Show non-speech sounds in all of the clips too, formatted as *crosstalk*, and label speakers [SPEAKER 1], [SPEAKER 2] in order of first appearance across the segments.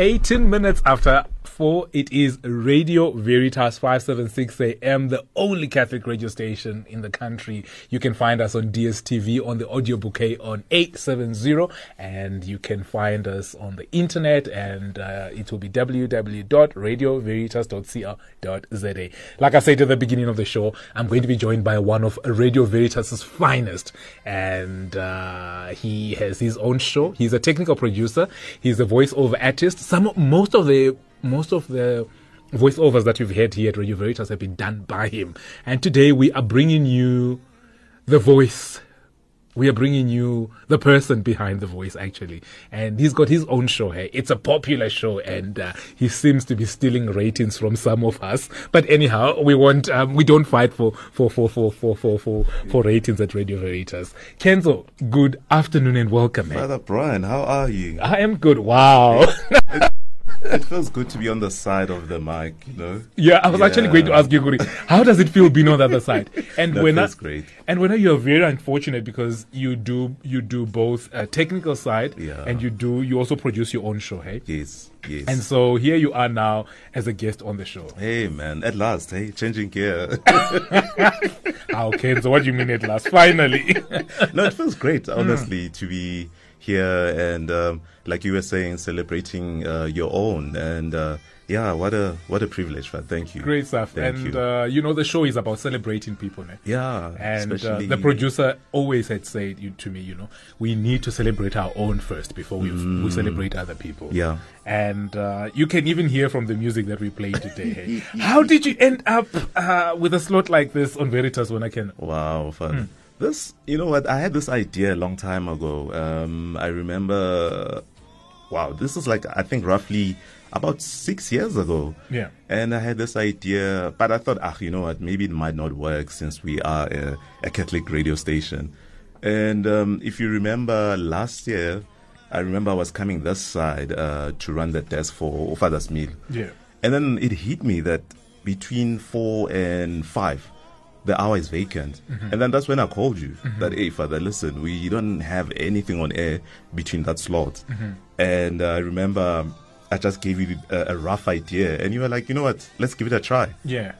[SPEAKER 1] 18 minutes after 4, it is Radio Veritas 576 AM, the only Catholic radio station in the country. You can find us on DSTV on the audio bouquet on 870, and you can find us on the internet, and uh, it will be www.radioveritas.cr.za. Like I said at the beginning of the show, I'm going to be joined by one of Radio Veritas's finest, and uh, he has his own show. He's a technical producer, he's a voiceover artist. Some, most of the most of the voiceovers that you've heard here at Radio Veritas have been done by him. And today we are bringing you the voice. We are bringing you the person behind the voice, actually. And he's got his own show here. It's a popular show, and uh, he seems to be stealing ratings from some of us. But anyhow, we want um, we don't fight for for for for for for for, for ratings at Radio Veritas. Kenzo, good afternoon and welcome. man.
[SPEAKER 2] Brother Brian, how are you?
[SPEAKER 1] I am good. Wow. *laughs*
[SPEAKER 2] It feels good to be on the side of the mic, you know?
[SPEAKER 1] Yeah, I was actually going to ask you, Guri, how does it feel being on the other
[SPEAKER 2] *laughs*
[SPEAKER 1] side? And
[SPEAKER 2] That
[SPEAKER 1] when
[SPEAKER 2] feels
[SPEAKER 1] I,
[SPEAKER 2] great.
[SPEAKER 1] And when I- you are very unfortunate because you do you do both uh, technical side
[SPEAKER 2] Yeah.
[SPEAKER 1] and you do you also produce your own show, hey?
[SPEAKER 2] Yes, yes.
[SPEAKER 1] And so here you are now as a guest on the show.
[SPEAKER 2] hey, man, at last, hey,
[SPEAKER 1] *laughs*
[SPEAKER 2] changing gear.
[SPEAKER 1] Ah, okay, so what do you mean at last? Finally, *laughs*
[SPEAKER 2] no, it feels great,
[SPEAKER 1] Hmm.
[SPEAKER 2] honestly, to be here and, um, like you were saying, celebrating uh, your own. And uh, yeah, what a what a privilege, man. Thank you.
[SPEAKER 1] great stuff.
[SPEAKER 2] Thank
[SPEAKER 1] and
[SPEAKER 2] you.
[SPEAKER 1] Uh, you know the show is about celebrating people, ne?
[SPEAKER 2] yeah,
[SPEAKER 1] And uh,
[SPEAKER 2] especially
[SPEAKER 1] the producer always had said you- to me, you know, we need to celebrate our own first before we, we celebrate other people.
[SPEAKER 2] Mm. Yeah.
[SPEAKER 1] And uh, you can even hear from the music that we played today.
[SPEAKER 2] *laughs*
[SPEAKER 1] hey. How did you end up uh, with a slot like this on Veritas when I can?
[SPEAKER 2] Wow, fun. Hmm. This, you know what? I had this idea a long time ago. Um, I remember, wow, this is like, I think roughly about six years ago.
[SPEAKER 1] Yeah.
[SPEAKER 2] And I had this idea, but I thought, ah, you know what? Maybe it might not work since we are a, a Catholic radio station. And um, if you remember last year, I remember I was coming this side uh, to run the desk for Father Smith.
[SPEAKER 1] Yeah.
[SPEAKER 2] And then it hit me that between four and five, the hour is vacant.
[SPEAKER 1] Mm-hmm.
[SPEAKER 2] And then that's when I called you that, hey, Father, listen, we don't have anything on air between that slot.
[SPEAKER 1] Mm-hmm.
[SPEAKER 2] And uh, I remember um, I just gave you a, a rough idea, and you were like, you know what, let's give it a try.
[SPEAKER 1] Yeah.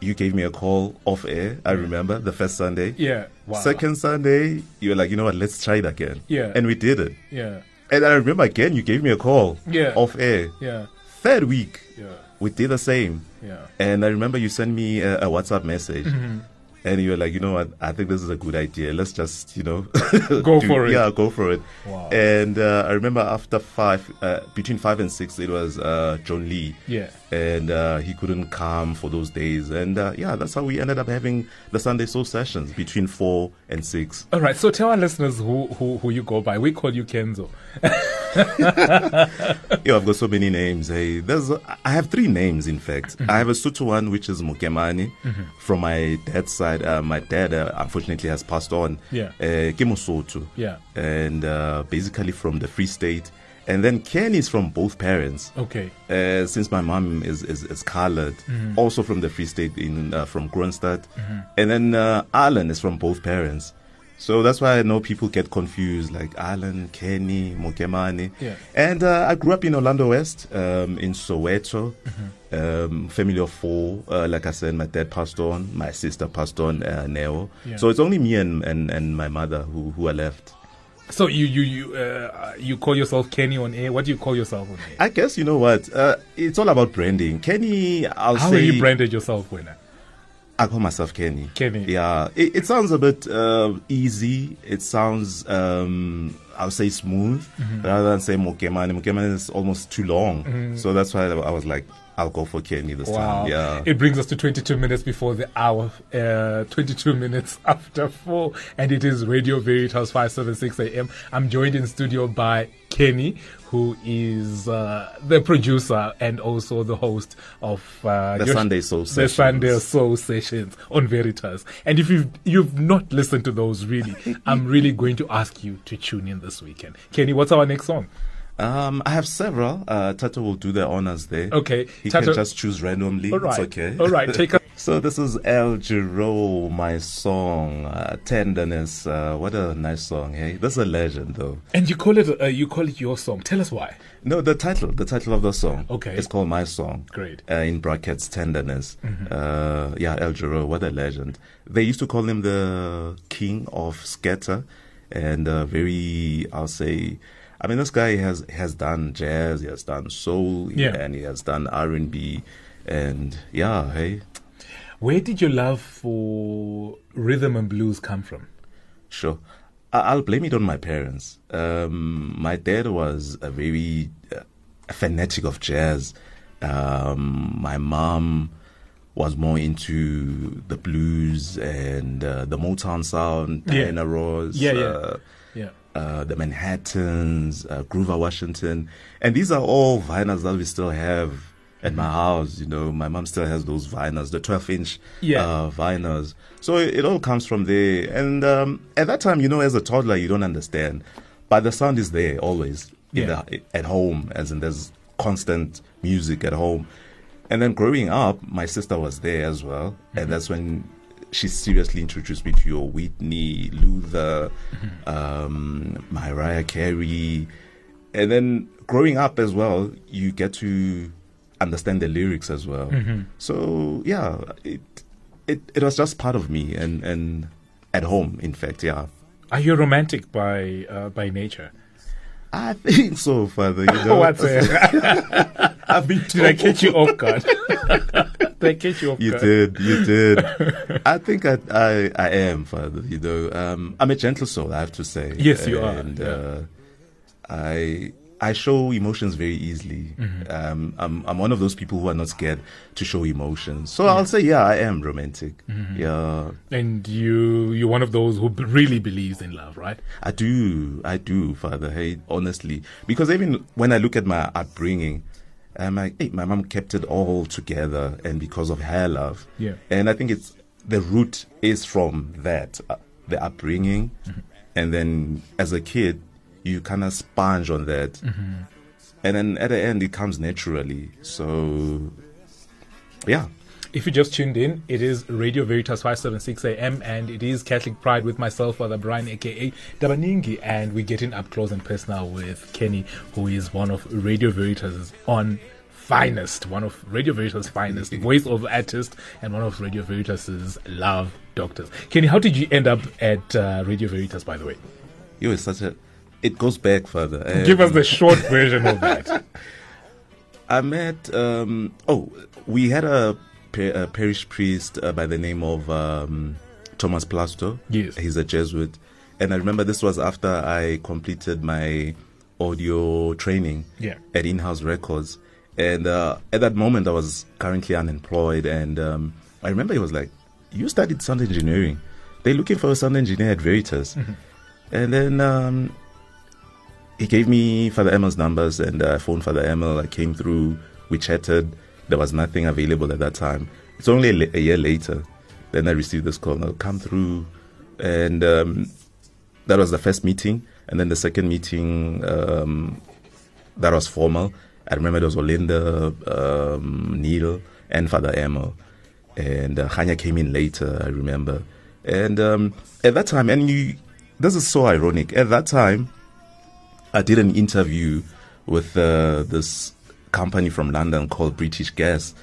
[SPEAKER 2] You gave me a call off air, I remember, the first Sunday.
[SPEAKER 1] Yeah. Wow.
[SPEAKER 2] Second Sunday, you were like, you know what, let's try it again.
[SPEAKER 1] Yeah.
[SPEAKER 2] And we did it.
[SPEAKER 1] Yeah.
[SPEAKER 2] And I remember again, you gave me a call
[SPEAKER 1] Yeah.
[SPEAKER 2] off air.
[SPEAKER 1] Yeah.
[SPEAKER 2] Third week,
[SPEAKER 1] Yeah.
[SPEAKER 2] we did the same.
[SPEAKER 1] Yeah.
[SPEAKER 2] And I remember you sent me a, a WhatsApp message.
[SPEAKER 1] Mm-hmm.
[SPEAKER 2] And you were like, you know what? I think this is a good idea. Let's just, you know,
[SPEAKER 1] *laughs* Go
[SPEAKER 2] *laughs* do-
[SPEAKER 1] for it.
[SPEAKER 2] Yeah, go for it.
[SPEAKER 1] Wow.
[SPEAKER 2] And uh, I remember after five, uh, between five and six, it was uh, John Lee.
[SPEAKER 1] Yeah.
[SPEAKER 2] And uh, he couldn't come for those days. And uh, yeah, that's how we ended up having the Sunday Soul sessions between four and six.
[SPEAKER 1] All right. So tell our listeners who, who, who you go by. We call you Kenzo.
[SPEAKER 2] Yeah, I've got so many names. Hey, there's I have three names in fact.
[SPEAKER 1] Mm-hmm.
[SPEAKER 2] I have a Sutu one which is Mukemani from my dad's side. Uh, my dad uh, unfortunately has passed on.
[SPEAKER 1] Yeah.
[SPEAKER 2] Uh, ke Mosotho.
[SPEAKER 1] Yeah.
[SPEAKER 2] And uh, basically from the Free State. And then Ken is from both parents.
[SPEAKER 1] Okay.
[SPEAKER 2] Uh, since my mom is is, is colored,
[SPEAKER 1] Mm-hmm.
[SPEAKER 2] also from the Free State in uh, from Kronstadt, and then uh, Alan is from both parents, so that's why I know people get confused like Alan, Kenny, Mokemani,
[SPEAKER 1] Yeah.
[SPEAKER 2] and uh, I grew up in Orlando West, um, in Soweto,
[SPEAKER 1] Mm-hmm.
[SPEAKER 2] um, family of four. Uh, like I said, my dad passed on, my sister passed on, uh, Neo,
[SPEAKER 1] Yeah.
[SPEAKER 2] so it's only me and, and, and my mother who who are left.
[SPEAKER 1] So you you you uh, you call yourself Kenny on air? What do you call yourself on air?
[SPEAKER 2] I guess you know what? Uh, it's all about branding. Kenny, I'll
[SPEAKER 1] How
[SPEAKER 2] say.
[SPEAKER 1] have you branded yourself, winner?
[SPEAKER 2] I call myself Kenny.
[SPEAKER 1] Kenny.
[SPEAKER 2] Yeah. It, it sounds a bit uh, easy. It sounds, um, I'll say smooth,
[SPEAKER 1] Mm-hmm.
[SPEAKER 2] rather than say Mokemane. Mokemane is almost too long. So that's why I was like, I'll go for Kenny this
[SPEAKER 1] Wow.
[SPEAKER 2] time. Yeah.
[SPEAKER 1] It brings us to 22 minutes before the hour, uh, 22 minutes *laughs* after 4, and it is Radio Veritas 576 AM. I'm joined in studio by Kenny, who is uh, the producer and also the host of uh,
[SPEAKER 2] The Sunday Soul
[SPEAKER 1] The
[SPEAKER 2] Sessions.
[SPEAKER 1] Sunday Soul Sessions on Veritas. And if you've, you've not listened
[SPEAKER 2] *laughs*
[SPEAKER 1] to those, really, I'm really going to ask you to tune in this weekend. Kenny, what's our next song?
[SPEAKER 2] Um, I have several. Uh, Tato will do the honors there.
[SPEAKER 1] Okay,
[SPEAKER 2] He
[SPEAKER 1] Tato-
[SPEAKER 2] can just choose randomly.
[SPEAKER 1] All right.
[SPEAKER 2] It's okay.
[SPEAKER 1] All right, take a-
[SPEAKER 2] *laughs* so this is El Giro, my song, uh, Tenderness. Uh, what a nice song, hey? This is a legend, though.
[SPEAKER 1] And you call it uh, you call it your song. Tell us why.
[SPEAKER 2] No, the title, the title of the song.
[SPEAKER 1] Okay.
[SPEAKER 2] It's called My Song.
[SPEAKER 1] Great.
[SPEAKER 2] Uh, in brackets, Tenderness. Uh, yeah, El Giro, what a legend. They used to call him the king of scatter and uh, very, I'll say, I mean, this guy has, has done jazz, he has done soul,
[SPEAKER 1] Yeah.
[SPEAKER 2] and he has done R&B. And yeah, hey,
[SPEAKER 1] Where did your love for rhythm and blues come from?
[SPEAKER 2] Sure. I- I'll blame it on my parents. Um, my dad was a very uh, fanatic of jazz. Um, my mom was more into the blues and uh, the Motown sound,
[SPEAKER 1] Yeah.
[SPEAKER 2] Diana Ross,
[SPEAKER 1] Yeah, yeah.
[SPEAKER 2] Uh,
[SPEAKER 1] Yeah.
[SPEAKER 2] uh, the Manhattans, uh, Groover Washington. And these are all vinyls that we still have at
[SPEAKER 1] Mm-hmm.
[SPEAKER 2] my house. You know, my mom still has those vinyls, the 12 inch
[SPEAKER 1] Yeah.
[SPEAKER 2] uh, vinyls. So it, it all comes from there. And um, at that time, you know, as a toddler, you don't understand. But the sound is there always in
[SPEAKER 1] Yeah.
[SPEAKER 2] the, at home, as in there's constant music at home. And then growing up, my sister was there as well. And that's when she seriously introduced me to your Whitney, Luther, um, Mariah Carey. And then growing up as well, you get to understand the lyrics as well.
[SPEAKER 1] Mm-hmm.
[SPEAKER 2] So yeah, it, it it was just part of me and and at home, in fact, yeah.
[SPEAKER 1] Are you romantic by uh, by nature?
[SPEAKER 2] I *laughs* think so, Father. You
[SPEAKER 1] *laughs*
[SPEAKER 2] know,
[SPEAKER 1] What's uh,
[SPEAKER 2] *laughs* I've been
[SPEAKER 1] did I
[SPEAKER 2] told-
[SPEAKER 1] catch you off guard? *laughs* did I catch you off
[SPEAKER 2] You
[SPEAKER 1] guard?
[SPEAKER 2] did, you did.
[SPEAKER 1] *laughs*
[SPEAKER 2] I think I, I, I am, Father. You know, um, I'm a gentle soul. I have to say.
[SPEAKER 1] Yes, you are,
[SPEAKER 2] And
[SPEAKER 1] yeah.
[SPEAKER 2] uh, I, I show emotions very easily.
[SPEAKER 1] Mm-hmm.
[SPEAKER 2] Um, I'm, I'm one of those people who are not scared to show emotions. So
[SPEAKER 1] Mm-hmm.
[SPEAKER 2] I'll say, yeah, I am romantic. Yeah,
[SPEAKER 1] And you you're one of those who b- really believes in love, right?
[SPEAKER 2] I do, I do, Father. Hey, honestly, because even when I look at my upbringing, I'm like, hey, my mom kept it all together, and because of her love,
[SPEAKER 1] Yeah.
[SPEAKER 2] And I think it's the root is from that, uh, the upbringing,
[SPEAKER 1] Mm-hmm.
[SPEAKER 2] and then as a kid, you kind of sponge on that,
[SPEAKER 1] Mm-hmm.
[SPEAKER 2] and then at the end, it comes naturally. So, yeah.
[SPEAKER 1] If you just tuned in, it is Radio Veritas 576 AM and it is Catholic Pride with myself, Father Brian, aka Dabaningi, and we're getting up close and personal with Kenny, who is one of Radio Veritas' on finest, one of Radio Veritas' finest voice of artist and one of Radio Veritas' love doctors. Kenny, how did you end up at uh, Radio Veritas, by the way?
[SPEAKER 2] You is such a. It goes back further.
[SPEAKER 1] Give us the short version of that.
[SPEAKER 2] I met. Um, oh, we had a, pa- a parish priest uh, by the name of um, Thomas Plasto.
[SPEAKER 1] Yes.
[SPEAKER 2] he's a Jesuit, and I remember this was after I completed my audio training.
[SPEAKER 1] Yeah.
[SPEAKER 2] at in-house records, and uh, at that moment I was currently unemployed, and um, I remember he was like, "You studied sound engineering. They're looking for a sound engineer at Veritas," and then. Um, he gave me Father Emil's numbers and uh, I phoned Father Emil. I came through, we chatted. There was nothing available at that time. It's only a, le- a year later. Then I received this call. Now come through. And um, that was the first meeting. And then the second meeting, um, that was formal. I remember there was Olinda, um, Neil, and Father Emil. And uh, Hanya came in later, I remember. And um, at that time, and you, this is so ironic. At that time, I did an interview with uh, this company from London called British Gas,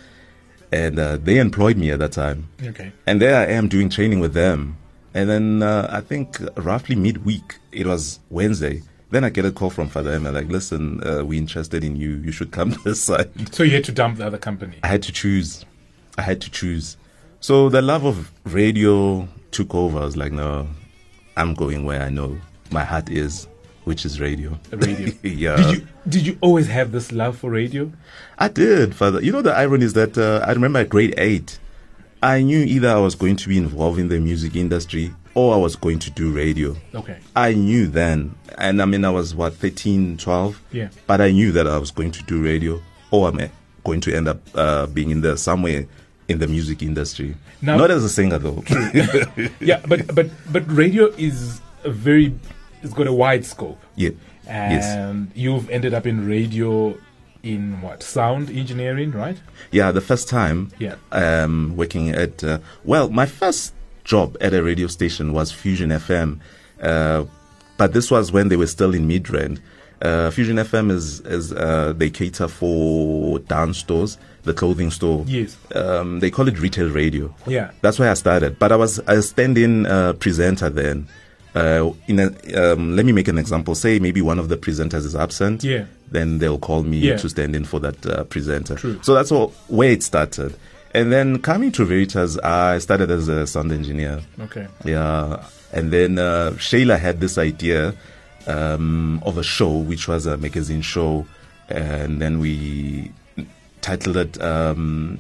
[SPEAKER 2] and uh, they employed me at that time.
[SPEAKER 1] *laughs* Okay.
[SPEAKER 2] And there I am doing training with them. And then uh, I think roughly midweek, it was Wednesday. Then I get a call from Father Emma, like, listen, uh, we're interested in you. You should come *laughs* to this side.
[SPEAKER 1] So you had to dump the other company.
[SPEAKER 2] I had to choose. I had to choose. So the love of radio took over. I was like, no, I'm going where I know my heart is, which is radio.
[SPEAKER 1] Radio.
[SPEAKER 2] *laughs* yeah.
[SPEAKER 1] Did you did you always have this love for radio?
[SPEAKER 2] I did, Father. You know, the irony is that uh, I remember at grade eight, I knew either I was going to be involved in the music industry or I was going to do radio.
[SPEAKER 1] Okay.
[SPEAKER 2] I knew then, and I mean, I was what, 13, 12?
[SPEAKER 1] Yeah.
[SPEAKER 2] But I knew that I was going to do radio or I'm eh, going to end up uh, being in there somewhere in the music industry.
[SPEAKER 1] Now-
[SPEAKER 2] Not as a singer, though.
[SPEAKER 1] yeah, but but but radio is a very it's got a wide scope.
[SPEAKER 2] yeah.
[SPEAKER 1] And you've ended up in radio in what? Sound engineering, right?
[SPEAKER 2] Yeah, the first time
[SPEAKER 1] Yeah.
[SPEAKER 2] um, working at, uh, well, my first job at a radio station was Fusion FM, uh, but this was when they were still in Midrand. Uh, Fusion FM is, is uh, they cater for dance stores, the clothing store.
[SPEAKER 1] Yes.
[SPEAKER 2] Um, they call it retail radio.
[SPEAKER 1] Yeah.
[SPEAKER 2] That's where I started. But I was a stand in uh, presenter then. Uh, in a, um, let me make an example. Say maybe one of the presenters is absent.
[SPEAKER 1] Yeah.
[SPEAKER 2] Then they'll call me
[SPEAKER 1] Yeah.
[SPEAKER 2] to stand in for that uh, presenter.
[SPEAKER 1] True.
[SPEAKER 2] So that's all, where it started. And then coming to Veritas, I started as a sound engineer.
[SPEAKER 1] Okay.
[SPEAKER 2] Yeah. And then uh, Shayla had this idea um, of a show, which was a magazine show. And then we titled it um,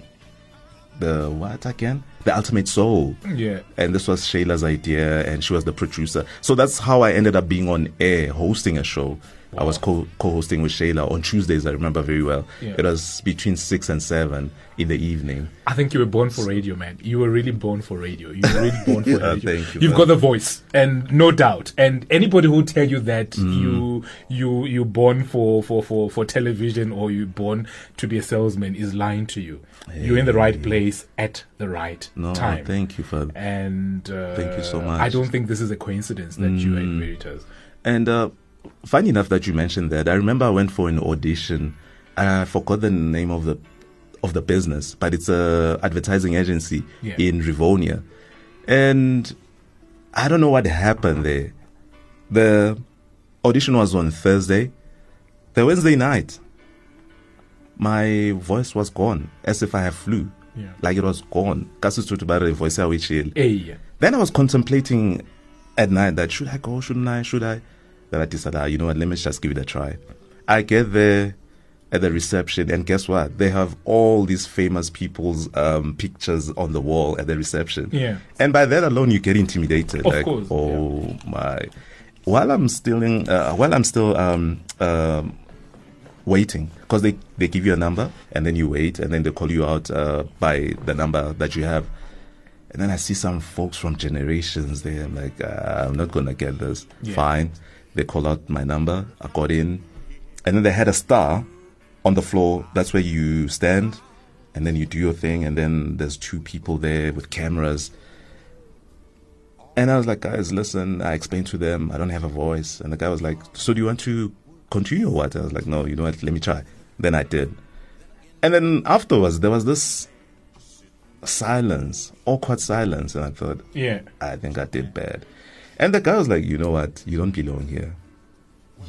[SPEAKER 2] The What Again? The Ultimate Soul.
[SPEAKER 1] Yeah.
[SPEAKER 2] And this was Shayla's idea, and she was the producer. So that's how I ended up being on air, hosting a show. I was co hosting with Shayla on Tuesdays, I remember very well.
[SPEAKER 1] Yeah.
[SPEAKER 2] It was between 6 and 7 in the evening.
[SPEAKER 1] I think you were born for radio, man. You were really born for radio. You were really born for
[SPEAKER 2] *laughs* Yeah,
[SPEAKER 1] radio.
[SPEAKER 2] thank you,
[SPEAKER 1] You've
[SPEAKER 2] man.
[SPEAKER 1] got the voice, and no doubt. And anybody who tell you that
[SPEAKER 2] Mm.
[SPEAKER 1] you you you born for for for for television or you born to be a salesman is lying to you. You're in the right place at the right
[SPEAKER 2] No,
[SPEAKER 1] time.
[SPEAKER 2] thank you for
[SPEAKER 1] and uh,
[SPEAKER 2] Thank you so
[SPEAKER 1] I
[SPEAKER 2] much. Mm.
[SPEAKER 1] don't think this is a coincidence that you are in Veritas.
[SPEAKER 2] And uh, funny enough that you mentioned that. I remember I went for an audition, and I forgot the name of the of the business, but it's a advertising agency
[SPEAKER 1] Yeah.
[SPEAKER 2] in Rivonia, and I don't know what happened there. The audition was on Thursday. The Wednesday night, my voice was gone, as if I have flu.
[SPEAKER 1] Yeah.
[SPEAKER 2] Like it was gone. Kasututubare voice I chill.
[SPEAKER 1] Hey,
[SPEAKER 2] Then I was contemplating at night that should I go, shouldn't I, should I? Then I decided, ah, you know what, let me just give it a try. I get there at the reception, and guess what? They have all these famous people's um, pictures on the wall at the reception.
[SPEAKER 1] Yeah.
[SPEAKER 2] And by that alone, you get intimidated.
[SPEAKER 1] Of
[SPEAKER 2] like,
[SPEAKER 1] course, yeah.
[SPEAKER 2] oh my. While I'm still in, uh, while I'm still um, um, waiting because they, they give you a number and then you wait and then they call you out uh, by the number that you have. And then I see some folks from generations there. I'm like, uh, I'm not going to get this.
[SPEAKER 1] Yeah.
[SPEAKER 2] Fine. They call out my number. I got in. And then they had a star on the floor. That's where you stand. And then you do your thing. And then there's two people there with cameras. And I was like, guys, listen, I explained to them, I don't have a voice. And the guy was like, so do you want to continue or what? I was like, no, you know what? Let me try. Then I did. And then afterwards, there was this silence, awkward silence. And I thought,
[SPEAKER 1] yeah,
[SPEAKER 2] I think I did bad. And the guy was like, you know what? You don't belong here.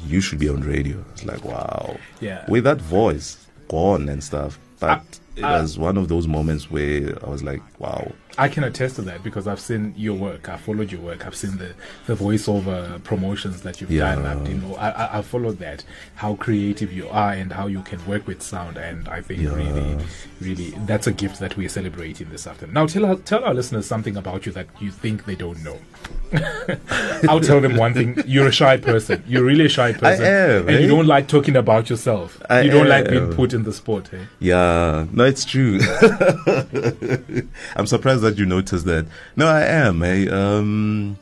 [SPEAKER 2] You should be on radio. It's like, wow.
[SPEAKER 1] Yeah.
[SPEAKER 2] With that voice gone and stuff. But it
[SPEAKER 1] I-
[SPEAKER 2] was one of those moments where I was like, wow.
[SPEAKER 1] I can attest to that because I've seen your work. I followed your work. I've seen the, the voiceover promotions that you've
[SPEAKER 2] Yeah.
[SPEAKER 1] done. I've, you know, I, I, I followed that, how creative you are and how you can work with sound. And I think really, really, that's a gift that we're celebrating this afternoon. Now, tell our, tell our listeners something about you that you think they don't know. *laughs* I'll tell them one thing. You're a shy person. You're really a shy person.
[SPEAKER 2] am,
[SPEAKER 1] and you
[SPEAKER 2] eh?
[SPEAKER 1] don't like talking about yourself.
[SPEAKER 2] I
[SPEAKER 1] you don't like being
[SPEAKER 2] am.
[SPEAKER 1] put in the spot. Eh?
[SPEAKER 2] Yeah, no, it's true. *laughs* I'm surprised that you noticed that. No, I am. I um,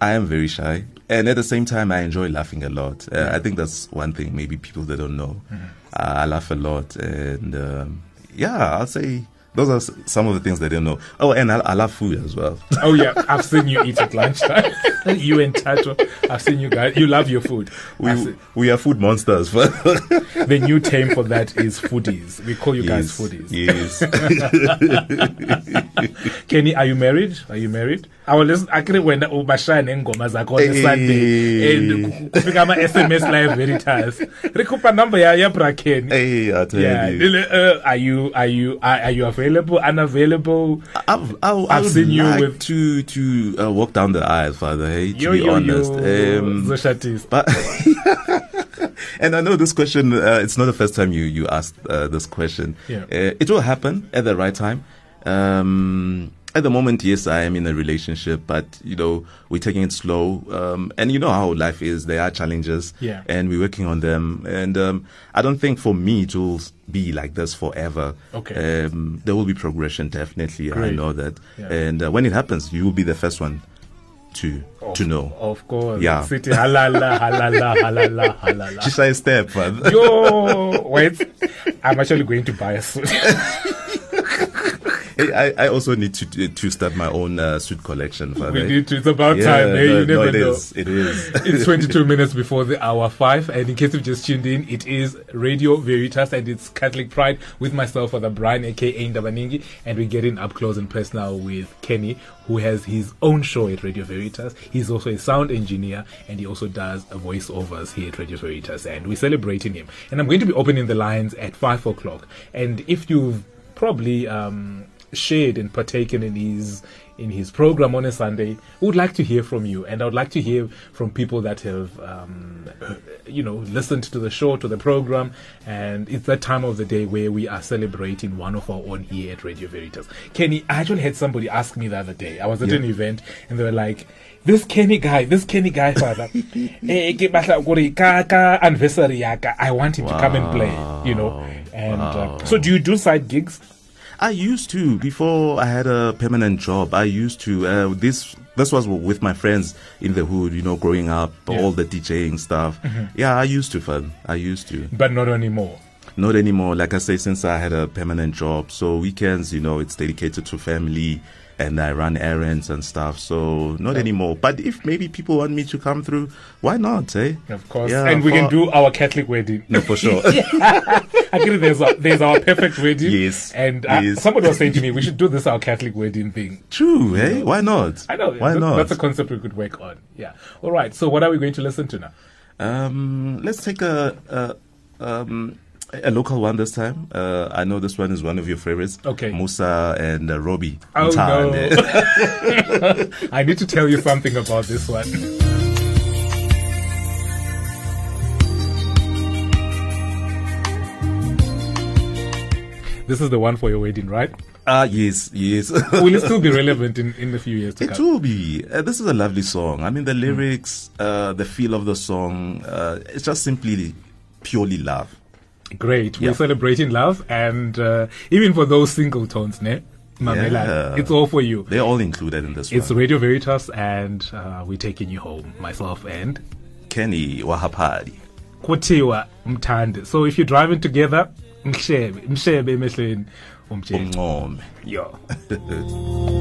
[SPEAKER 2] I am very shy, and at the same time, I enjoy laughing a lot. Uh, I think that's one thing maybe people they don't know.
[SPEAKER 1] Mm-hmm.
[SPEAKER 2] Uh, I laugh a lot, and um, yeah, I'll say those are s- some of the things they don't know. Oh, and I, I love food as
[SPEAKER 1] *laughs*
[SPEAKER 2] well.
[SPEAKER 1] Oh yeah, I've seen you eat at lunchtime. you and Tato, I've seen you guys. You love your food. I've
[SPEAKER 2] We
[SPEAKER 1] seen-
[SPEAKER 2] we are food monsters. *laughs*
[SPEAKER 1] the new term for that is foodies. We call you guys foodies.
[SPEAKER 2] Yes.
[SPEAKER 1] *laughs*
[SPEAKER 2] *laughs*
[SPEAKER 1] Kenny, are you married? Are you married? I will listen. I couldn't when ubashaya nengoma zakho on a
[SPEAKER 2] Hey.
[SPEAKER 1] Sunday and kufika ama SMS live veritas. Rikupa number ya ya bra Kenny.
[SPEAKER 2] hey, I tell
[SPEAKER 1] Yeah,
[SPEAKER 2] you.
[SPEAKER 1] uh, are you are you are, are you available? Unavailable?
[SPEAKER 2] I've, I've,
[SPEAKER 1] I've
[SPEAKER 2] seen you with to to uh, walk down the aisle, Father. Hey, to
[SPEAKER 1] Yo
[SPEAKER 2] be
[SPEAKER 1] yo
[SPEAKER 2] honest,
[SPEAKER 1] yo.
[SPEAKER 2] Um,
[SPEAKER 1] Zoshatis.
[SPEAKER 2] but *laughs* and I know this question. Uh, it's not the first time you you asked uh, this question.
[SPEAKER 1] Yeah.
[SPEAKER 2] Uh, it will happen at the right time. Um, at the moment, yes, I am in a relationship, but you know we're taking it slow. Um, and you know how life is; there are challenges,
[SPEAKER 1] Yeah.
[SPEAKER 2] and we're working on them. And um, I don't think for me it will be like this forever.
[SPEAKER 1] Okay.
[SPEAKER 2] Um, there will be progression, definitely. I
[SPEAKER 1] Great.
[SPEAKER 2] know that.
[SPEAKER 1] Yeah.
[SPEAKER 2] And uh, when it happens, you will be the first one to to know.
[SPEAKER 1] Of course.
[SPEAKER 2] Yeah.
[SPEAKER 1] City halala, halala, halala, halala.
[SPEAKER 2] Just a step, but
[SPEAKER 1] Yo, wait. I'm actually going to buy a
[SPEAKER 2] *laughs*
[SPEAKER 1] suit.
[SPEAKER 2] Hey, I, I also need to to start my own uh, suit collection.
[SPEAKER 1] we
[SPEAKER 2] Father.
[SPEAKER 1] need to. It's about time. Hey,
[SPEAKER 2] no,
[SPEAKER 1] you never
[SPEAKER 2] no, it
[SPEAKER 1] know.
[SPEAKER 2] is, It is.
[SPEAKER 1] *laughs*
[SPEAKER 2] *laughs*
[SPEAKER 1] It's 22 minutes before the hour 5. And in case you've just tuned in, it is Radio Veritas and it's Catholic Pride with myself, Father Brian, aka Ndabaningi. And we're getting up close and personal with Kenny, who has his own show at Radio Veritas. He's also a sound engineer and he also does voiceovers here at Radio Veritas. And we're celebrating him. And I'm going to be opening the lines at 5 o'clock. And if you've probably um, shared and partaken in his in his program on a Sunday. We would like to hear from you, and I would like to hear from people that have, um, you know, listened to the show, to the program, and it's that time of the day where we are celebrating one of our own here at Radio Veritas. Kenny, I actually had somebody ask me the other day. I was at an event, and they were like. This Kenny guy, this Kenny guy, father, eh, ke batla gore ka- ka anniversary ya ka, I want him to come and play, you know. And uh, so, do you do side gigs?
[SPEAKER 2] I used to before I had a permanent job. I used to uh, this. This was with my friends in the hood, you know, growing up, all the DJing stuff.
[SPEAKER 1] Mm-hmm.
[SPEAKER 2] Yeah, I used to, fun. I used to.
[SPEAKER 1] but not anymore.
[SPEAKER 2] Not anymore. Like I say, since I had a permanent job, so weekends, you know, it's dedicated to family, and I run errands and stuff. So not anymore. But if maybe people want me to come through, why not? Eh?
[SPEAKER 1] Of course,
[SPEAKER 2] Yeah,
[SPEAKER 1] and we can
[SPEAKER 2] for-
[SPEAKER 1] do our Catholic wedding. *laughs*
[SPEAKER 2] No, for *laughs* sure.
[SPEAKER 1] Actually, there's our, there's our perfect wedding.
[SPEAKER 2] Yes,
[SPEAKER 1] and uh,
[SPEAKER 2] yes.
[SPEAKER 1] somebody was saying to me, we should do this our Catholic wedding thing.
[SPEAKER 2] True. Eh? Why not?
[SPEAKER 1] I know.
[SPEAKER 2] Why
[SPEAKER 1] that-
[SPEAKER 2] not?
[SPEAKER 1] That's a concept we could work on. Yeah. All right. So, what are we going to listen to now?
[SPEAKER 2] Um, let's take a, a um a local one this time. Uh, I know this one is one of your favorites.
[SPEAKER 1] Okay.
[SPEAKER 2] Musa and uh, Robbie.
[SPEAKER 1] Oh
[SPEAKER 2] Mutande.
[SPEAKER 1] no! *laughs* I need to tell you something about this one. This is the one for your wedding, right?
[SPEAKER 2] *laughs* Ah yes, yes. *laughs*
[SPEAKER 1] Will it still be relevant in, in a few years to
[SPEAKER 2] It
[SPEAKER 1] come?
[SPEAKER 2] will be. Uh, this is a lovely song. I mean,
[SPEAKER 1] Hmm.
[SPEAKER 2] the lyrics, uh, the feel of the song, uh, it's just simply purely love.
[SPEAKER 1] Great. We're
[SPEAKER 2] Yeah.
[SPEAKER 1] celebrating love, and uh, even for those singletons, ne? Mamela,
[SPEAKER 2] Yeah.
[SPEAKER 1] it's all for you.
[SPEAKER 2] They're all included in this
[SPEAKER 1] It's
[SPEAKER 2] one.
[SPEAKER 1] Radio Veritas, and uh, we're taking you home, myself and
[SPEAKER 2] Kenny Wahapadi.
[SPEAKER 1] Kotiwa Mtand. So if you're driving together,
[SPEAKER 2] Um,
[SPEAKER 1] mshebe, mshebe emehlweni, umtshele.
[SPEAKER 2] Umncome.
[SPEAKER 1] Yo.